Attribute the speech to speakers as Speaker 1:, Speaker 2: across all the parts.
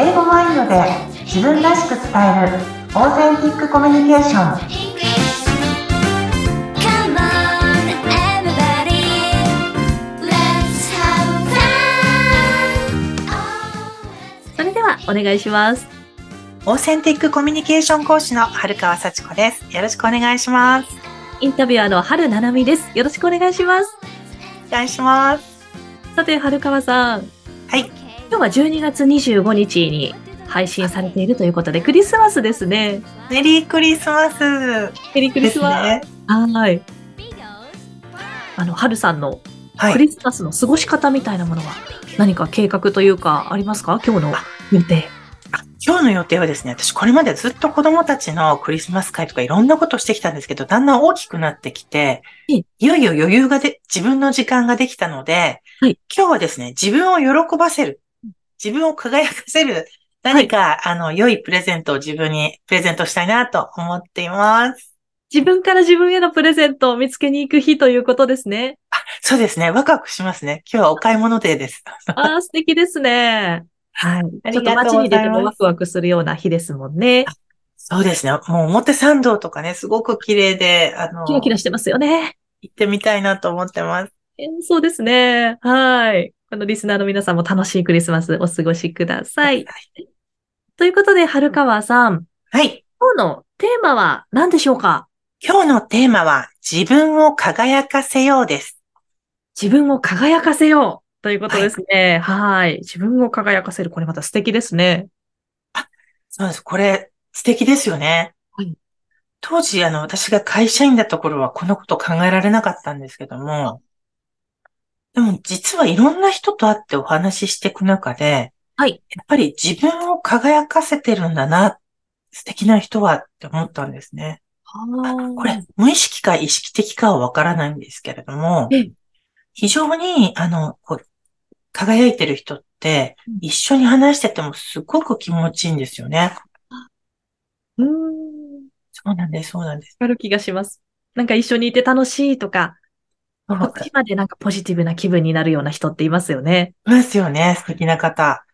Speaker 1: ルで自分らしく伝えるオーセンティックコミュニケーション
Speaker 2: Come on, everybody. Let's have fun. Oh, let's
Speaker 3: それではお願いします。
Speaker 4: オーセンティックコミュニケーション講師の春川幸子です。よろしくお願いします。
Speaker 3: インタビュアーの春七海です。よろしくお願いします。
Speaker 4: お願いします。
Speaker 3: さて、春川さん、
Speaker 4: はい。
Speaker 3: 今日は12月25日に配信されているということで、クリスマスですね。
Speaker 4: メリークリスマス
Speaker 3: メリーク
Speaker 4: で
Speaker 3: リ
Speaker 4: す
Speaker 3: スマス。
Speaker 4: ね。
Speaker 3: はい。あの、春さんの
Speaker 4: は
Speaker 3: ク
Speaker 4: い。
Speaker 3: リスマスの過ごし方みたいなものは何か計画というかありますか今日の予定。
Speaker 4: あ今日の予定はですね、私これまでずっと子供たちのクリスマス会とかいろんなことをしてきたんですけど、だんだん大きくなってきて、
Speaker 3: ええ
Speaker 4: いよいよ余裕がで、自分の時間ができたので、
Speaker 3: はい
Speaker 4: 今日はですね、自分を喜ばせる、自分を輝かせる、何か、あの、良いプレゼントを自分にプレゼントしたいなと思っています。
Speaker 3: 自分から自分へのプレゼントを見つけに行く日ということです ね。
Speaker 4: そうですね。ワクワクしますね。今日はお買い物デーです。
Speaker 3: ああ、素敵ですね。はい。ちょっと
Speaker 4: ありが
Speaker 3: 街
Speaker 4: とうございます
Speaker 3: に出てもワクワクするような日ですもんね。
Speaker 4: そうですね。もう表参道とかね、すごく綺麗で、あの、
Speaker 3: キラキラしてますよね。
Speaker 4: 行ってみたいなと思ってます。
Speaker 3: えーそうですね。はい。このリスナーの皆さんも楽しいクリスマスお過ごしください。ということで、春川さん、
Speaker 4: はい。
Speaker 3: 今日のテーマは何でしょうか
Speaker 4: 今日のテーマは、自分を輝かせようです。
Speaker 3: 自分を輝かせようということですね。はい。自分を輝かせる。これまた素敵ですね。
Speaker 4: そうです。これ、素敵ですよね。
Speaker 3: はい
Speaker 4: 当時、あの、私が会社員だった頃は、このこと考えられなかったんですけども、でも、実はいろんな人と会ってお話ししていく中で、
Speaker 3: はい。
Speaker 4: やっぱり自分を輝かせてるんだな、素敵な人はって思ったんですね。これ、無意識か意識的かはわからないんですけれども
Speaker 3: ええ、
Speaker 4: 非常に、あの、こう、輝いてる人って、一緒に話しててもすごく気持ちいいんですよね。
Speaker 3: うーん。
Speaker 4: そうなんです、そうなんです。
Speaker 3: ある気がします。なんか一緒にいて楽しいとか、
Speaker 4: そう
Speaker 3: こっちまでなんかポジティブな気分になるような人っていますよね。
Speaker 4: いますよね、素敵な方。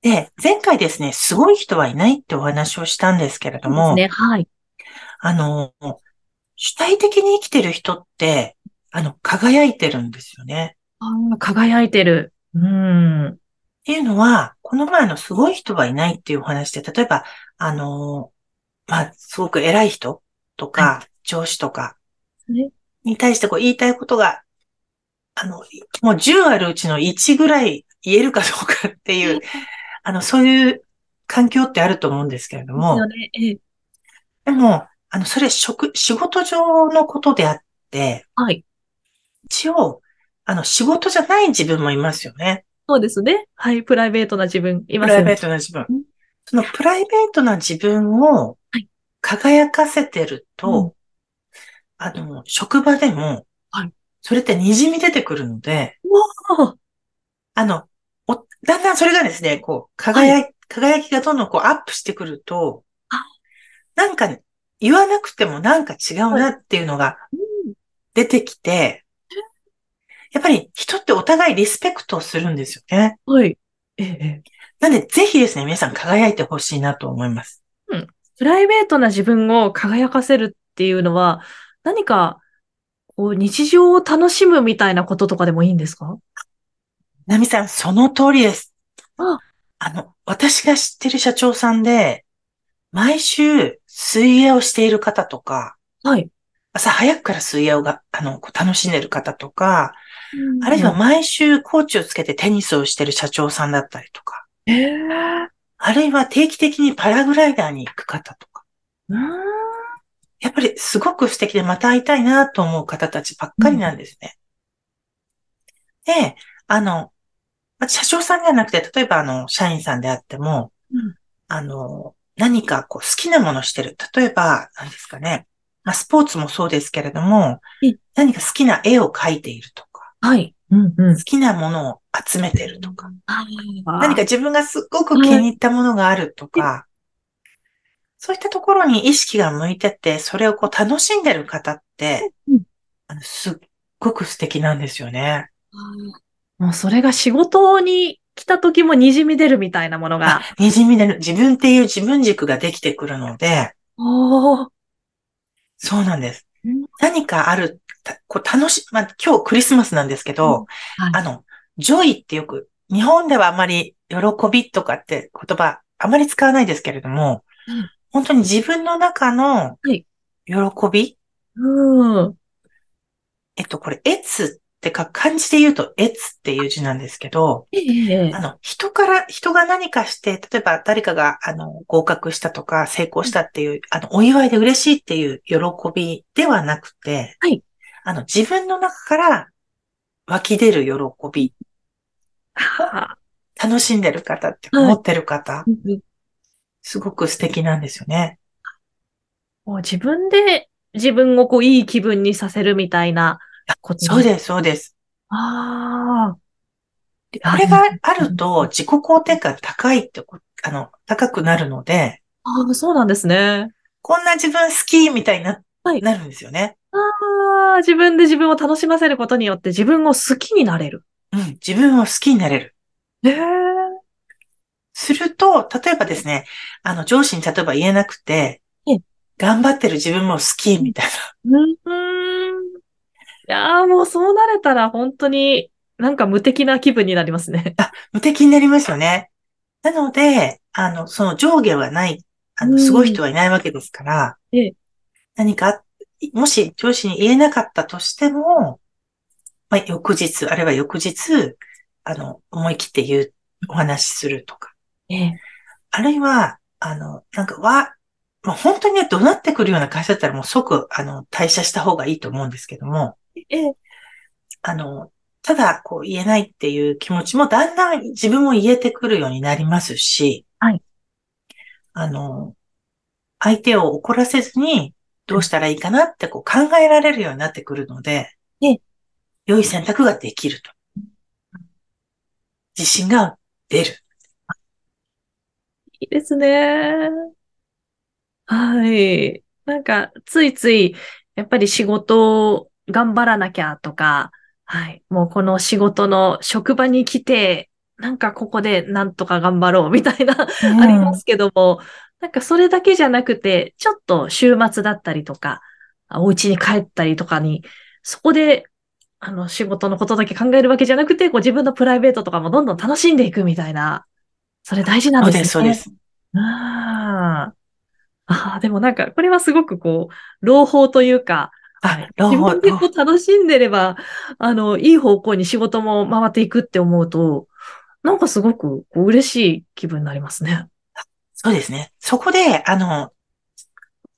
Speaker 4: で、前回ですね、すごい人はいないってお話をしたんですけれども、
Speaker 3: ですね。はい。
Speaker 4: あの、主体的に生きてる人って、あの、輝いてるんですよね。
Speaker 3: あー輝いてる。うーん。
Speaker 4: っていうのは、この前のすごい人はいないっていうお話で、例えば、あのーまあ、すごく偉い人とか、上司とか
Speaker 3: ね、
Speaker 4: に対してこう言いたいことが、あの、もう10あるうちの1ぐらい言えるかどうかっていう、あの、そういう環境ってあると思うんですけれど
Speaker 3: ですよ
Speaker 4: も、
Speaker 3: ね。ええ
Speaker 4: でも、あの、それ職、仕事上のことであって、
Speaker 3: はい。
Speaker 4: 一応、あの、仕事じゃない自分もいますよね。
Speaker 3: そうですね。はい。プライベートな自分、い
Speaker 4: プ
Speaker 3: ま
Speaker 4: ラ
Speaker 3: す
Speaker 4: イ
Speaker 3: よ
Speaker 4: ベー
Speaker 3: ね。
Speaker 4: トな自分
Speaker 3: うん。
Speaker 4: そのプライベートな自分を
Speaker 3: はい
Speaker 4: 輝かせてる
Speaker 3: う
Speaker 4: と、あの、職場でも
Speaker 3: はい、
Speaker 4: それって滲み出てくるので、
Speaker 3: あー
Speaker 4: あの、おだんだんそれがですね、こう、輝い、輝きがどんどんこうアップしてくると
Speaker 3: あ、
Speaker 4: なんかね言わなくてもなんか違うなっていうのが
Speaker 3: うん
Speaker 4: 出てきて、やっぱり人ってお互いリスペクトをするんですよね。
Speaker 3: はい。ええええ
Speaker 4: なんでぜひですね、皆さん輝いてほしいなと思います。
Speaker 3: プライベートな自分を輝かせるっていうのは、何か、こう、日常を楽しむみたいなこととかでもいいんですか
Speaker 4: なみさん、その通りです。
Speaker 3: あ
Speaker 4: あの、私が知ってる社長さんで、毎週水泳をしている方とか、
Speaker 3: はい。
Speaker 4: 朝早くから水泳をが、あの、こう楽しんでる方とか、あるいは
Speaker 3: は、
Speaker 4: 毎週コーチをつけてテニスをしてる社長さんだったりとか、
Speaker 3: えー
Speaker 4: あるいは定期的にパラグライダーに行く方とか、
Speaker 3: うーん
Speaker 4: やっぱりすごく素敵でまた会いたいなと思う方たちばっかりなんですね。で、あの、まあ社長さんじゃなくて、例えばあの、社員さんであっても、
Speaker 3: うん
Speaker 4: あの、何かこう好きなものしてる。例えば、何ですかね。まあ、スポーツもそうですけれども
Speaker 3: うん、
Speaker 4: 何か好きな絵を描いているとか、
Speaker 3: はい。うんう
Speaker 4: 好。きなものを集めてるとか、
Speaker 3: 何
Speaker 4: 何か自分がすっごく気に入ったものがあるとか、そういったところに意識が向いてて、それをこう楽しんでる方って
Speaker 3: うん、
Speaker 4: あのすっごく素敵なんですよね。
Speaker 3: もうそれが仕事に来た時も滲み出るみたいなものが。
Speaker 4: あ、滲み出る。自分っていう自分軸ができてくるので、
Speaker 3: おー。
Speaker 4: そうなんです
Speaker 3: うん。
Speaker 4: 何かある、たこう楽し、まあ、今日クリスマスなんですけど、
Speaker 3: うんは
Speaker 4: あの、ジョイってよく、日本ではあまり喜びとかって言葉、あまり使わないですけれども、
Speaker 3: うん
Speaker 4: 本当に自分の中の
Speaker 3: い
Speaker 4: 喜び、
Speaker 3: うん。
Speaker 4: えっと、これ、越ってか、漢字で言うと越っていう字なんですけど、
Speaker 3: ええ
Speaker 4: あの、人から、人が何かして、例えば誰かが、あの、合格したとか、成功したっていう、あの、お祝いで嬉しいっていう喜びではなくて、
Speaker 3: はい。
Speaker 4: あの、自分の中から湧き出る喜び、
Speaker 3: はあ
Speaker 4: 楽しんでる方って、
Speaker 3: はい
Speaker 4: 思ってる方、すごく素敵なんですよね。
Speaker 3: もう自分で自分をこういい気分にさせるみたいなこと。
Speaker 4: そうです、そうです。
Speaker 3: ああ。
Speaker 4: でこれがあると、自己肯定感高いってこ、あの、高くなるので、
Speaker 3: ああ、そうなんですね。
Speaker 4: こんな自分好きみたいにな、
Speaker 3: はい
Speaker 4: なるんですよね。
Speaker 3: ああ、自分で自分を楽しませることによって自分を好きになれる。
Speaker 4: うん、自分を好きになれる。
Speaker 3: ええ。
Speaker 4: すると、例えばですね、あの、上司に例えば言えなくて
Speaker 3: ええ、
Speaker 4: 頑張ってる自分も好きみたいな。
Speaker 3: うん。いやーもうそうなれたら本当になんか無敵な気分になりますね。
Speaker 4: 無敵になりますよね。なので、あの、その上下はない、あ
Speaker 3: う
Speaker 4: の、
Speaker 3: ん
Speaker 4: すごい人はいないわけですから、
Speaker 3: ええ
Speaker 4: 何か、もし上司に言えなかったとしても、まあ、翌日、あるいは翌日、あの、思い切って言う、お話しするとか。
Speaker 3: ええ。
Speaker 4: あるいは、あの、なんか、わ、まあ、本当にね、怒鳴ってくるような会社だったらもう即、あの、退社した方がいいと思うんですけども、
Speaker 3: ええ。
Speaker 4: あの、ただ、こう、言えないっていう気持ちもだんだん自分も言えてくるようになりますし、
Speaker 3: はい。
Speaker 4: あの、相手を怒らせずに、どうしたらいいかなってこう考えられるようになってくるので、
Speaker 3: ええ
Speaker 4: 良い選択ができると。自信が出る。
Speaker 3: いいですね。はい。なんか、ついつい、やっぱり仕事を頑張らなきゃとか、はい。もうこの仕事の職場に来て、なんかここでなんとか頑張ろうみたいな、ありますけども、なんかそれだけじゃなくて、ちょっと週末だったりとか、あお家に帰ったりとかに、そこで、あの、仕事のことだけ考えるわけじゃなくて、こう自分のプライベートとかもどんどん楽しんでいくみたいな、それ大事なん
Speaker 4: そう
Speaker 3: ですね。
Speaker 4: です、そうです。
Speaker 3: ああ。ああ、でもなんか、これはすごくこう、朗報というか、
Speaker 4: あ、朗
Speaker 3: 自
Speaker 4: 報
Speaker 3: 分でこ
Speaker 4: 朗報
Speaker 3: う楽しんでれば、あの、いい方向に仕事も回っていくって思うと、なんかすごくこう嬉しい気分になりますね。
Speaker 4: そうですね。そこで、あの、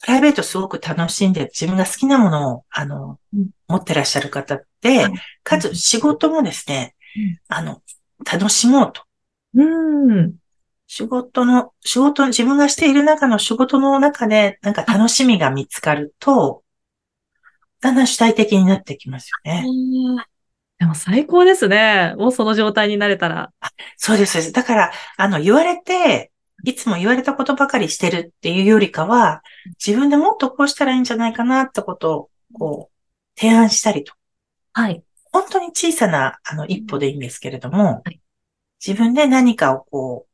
Speaker 4: プライベートすごく楽しんで、自分が好きなものを、あの、
Speaker 3: うん
Speaker 4: 持ってらっしゃる方って
Speaker 3: はい、
Speaker 4: かつ仕事もですね
Speaker 3: うん、
Speaker 4: あの、楽しもうと。
Speaker 3: うん。
Speaker 4: 仕事の、仕事の、自分がしている中の仕事の中で、なんか楽しみが見つかると、だんだん主体的になってきますよね。
Speaker 3: でも最高ですね。もうその状態になれたら。
Speaker 4: そうです、そうです。だから、あの、言われて、いつも言われたことばかりしてるっていうよりかは、自分でもっとこうしたらいいんじゃないかなってことを、こう、提案したりと。
Speaker 3: はい。
Speaker 4: 本当に小さな、あの、一歩でいいんですけれども
Speaker 3: はい、
Speaker 4: 自分で何かをこ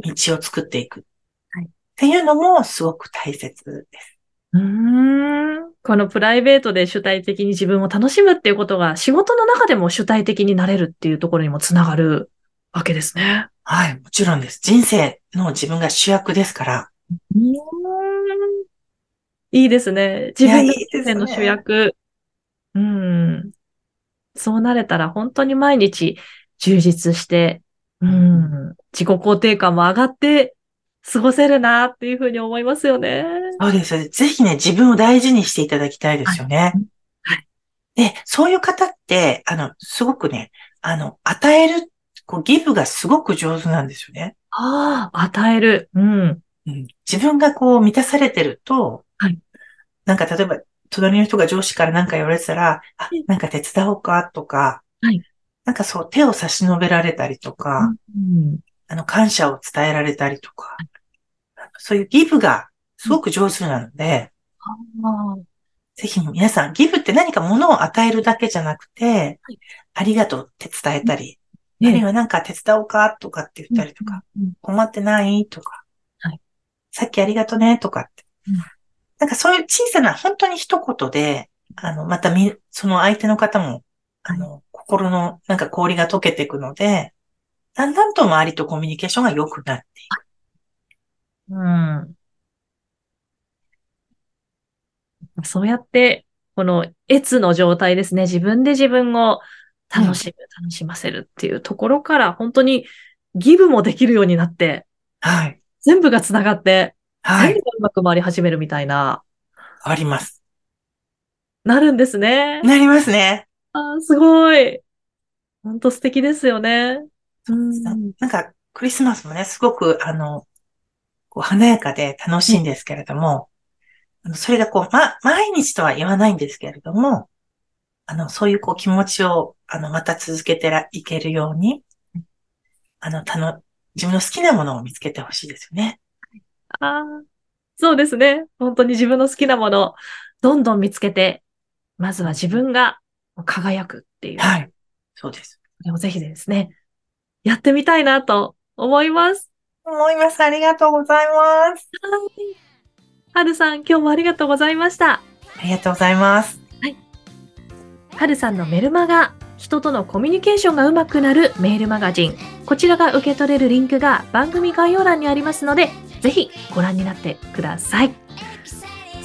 Speaker 4: う、道を作っていく。
Speaker 3: はい
Speaker 4: っていうのもすごく大切です。
Speaker 3: うーん。このプライベートで主体的に自分を楽しむっていうことが、仕事の中でも主体的になれるっていうところにもつながるわけですね。
Speaker 4: はい、もちろんです。人生の自分が主役ですから。
Speaker 3: うーんいいですね。自分が人生の主役。うん。そうなれたら本当に毎日充実して、うん。自己肯定感も上がって過ごせるなっていうふうに思いますよね。
Speaker 4: そうですそうです。ぜひね、自分を大事にしていただきたいですよね。
Speaker 3: はい
Speaker 4: で、そういう方って、あの、すごくね、あの、与える、こう、ギブがすごく上手なんですよね。
Speaker 3: ああ、与える。うん。
Speaker 4: うん、自分がこう、満たされてると、
Speaker 3: はい
Speaker 4: なんか例えば、隣の人が上司から何か言われてたら、あ
Speaker 3: うん、
Speaker 4: なんか手伝おうかとか、
Speaker 3: はい
Speaker 4: なんかそう、手を差し伸べられたりとか、
Speaker 3: うん
Speaker 4: あの、感謝を伝えられたりとか、そういうギブがすごく上手なので、
Speaker 3: あ
Speaker 4: ぜひ皆さん、ギブって何か物を与えるだけじゃなくて、
Speaker 3: はい
Speaker 4: ありがとうって伝えたり、あるいはなんか手伝おうかとかって言ったりとか、
Speaker 3: うん
Speaker 4: 困ってないとか、
Speaker 3: はい
Speaker 4: さっきありがとねとかって、
Speaker 3: うん
Speaker 4: なんかそういう小さな本当に一言で、あの、またみ、その相手の方も、あの、心のなんか氷が溶けていくので、だんだんと周りとコミュニケーションが良くなっていく。
Speaker 3: うん。そうやって、この、越の状態ですね。自分で自分を楽しむ、楽しませるっていうところから、本当にギブもできるようになって、
Speaker 4: はい。
Speaker 3: 全部が繋がって、
Speaker 4: は
Speaker 3: 全部
Speaker 4: い。
Speaker 3: がうまく回り始めるみたいな、
Speaker 4: あります。
Speaker 3: なるんですね。
Speaker 4: なりますね。
Speaker 3: あーすごい。本当素敵ですよね。うん
Speaker 4: なんか、クリスマスもね、すごく、あの、こう華やかで楽しいんですけれども、あのそれがこう、ま、毎日とは言わないんですけれども、あの、そういうこう気持ちを、あの、また続けてらいけるように、あの、たの、自分の好きなものを見つけてほしいですよね。
Speaker 3: あーそうですね。本当に自分の好きなもの、どんどん見つけて、まずは自分が輝くっていう。
Speaker 4: はい。そうです。
Speaker 3: これをぜひですね、やってみたいなと思います。
Speaker 4: 思います。ありがとうございます。
Speaker 3: はるさん、今日もありがとうございました。
Speaker 4: ありがとうございます。
Speaker 3: はるさんのメルマガ、人とのコミュニケーションがうまくなるメールマガジン。こちらが受け取れるリンクが番組概要欄にありますので、ぜひご覧になってください。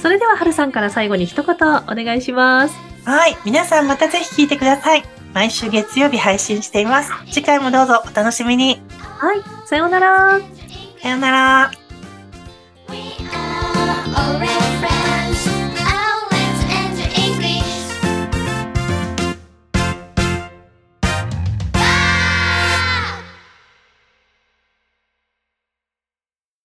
Speaker 3: それでははるさんから最後に一言お願いします。
Speaker 4: はい。皆さんまたぜひ聞いてください。毎週月曜日配信しています。次回もどうぞお楽しみに。
Speaker 3: はい、さようなら。
Speaker 4: さようなら。
Speaker 2: We are orange.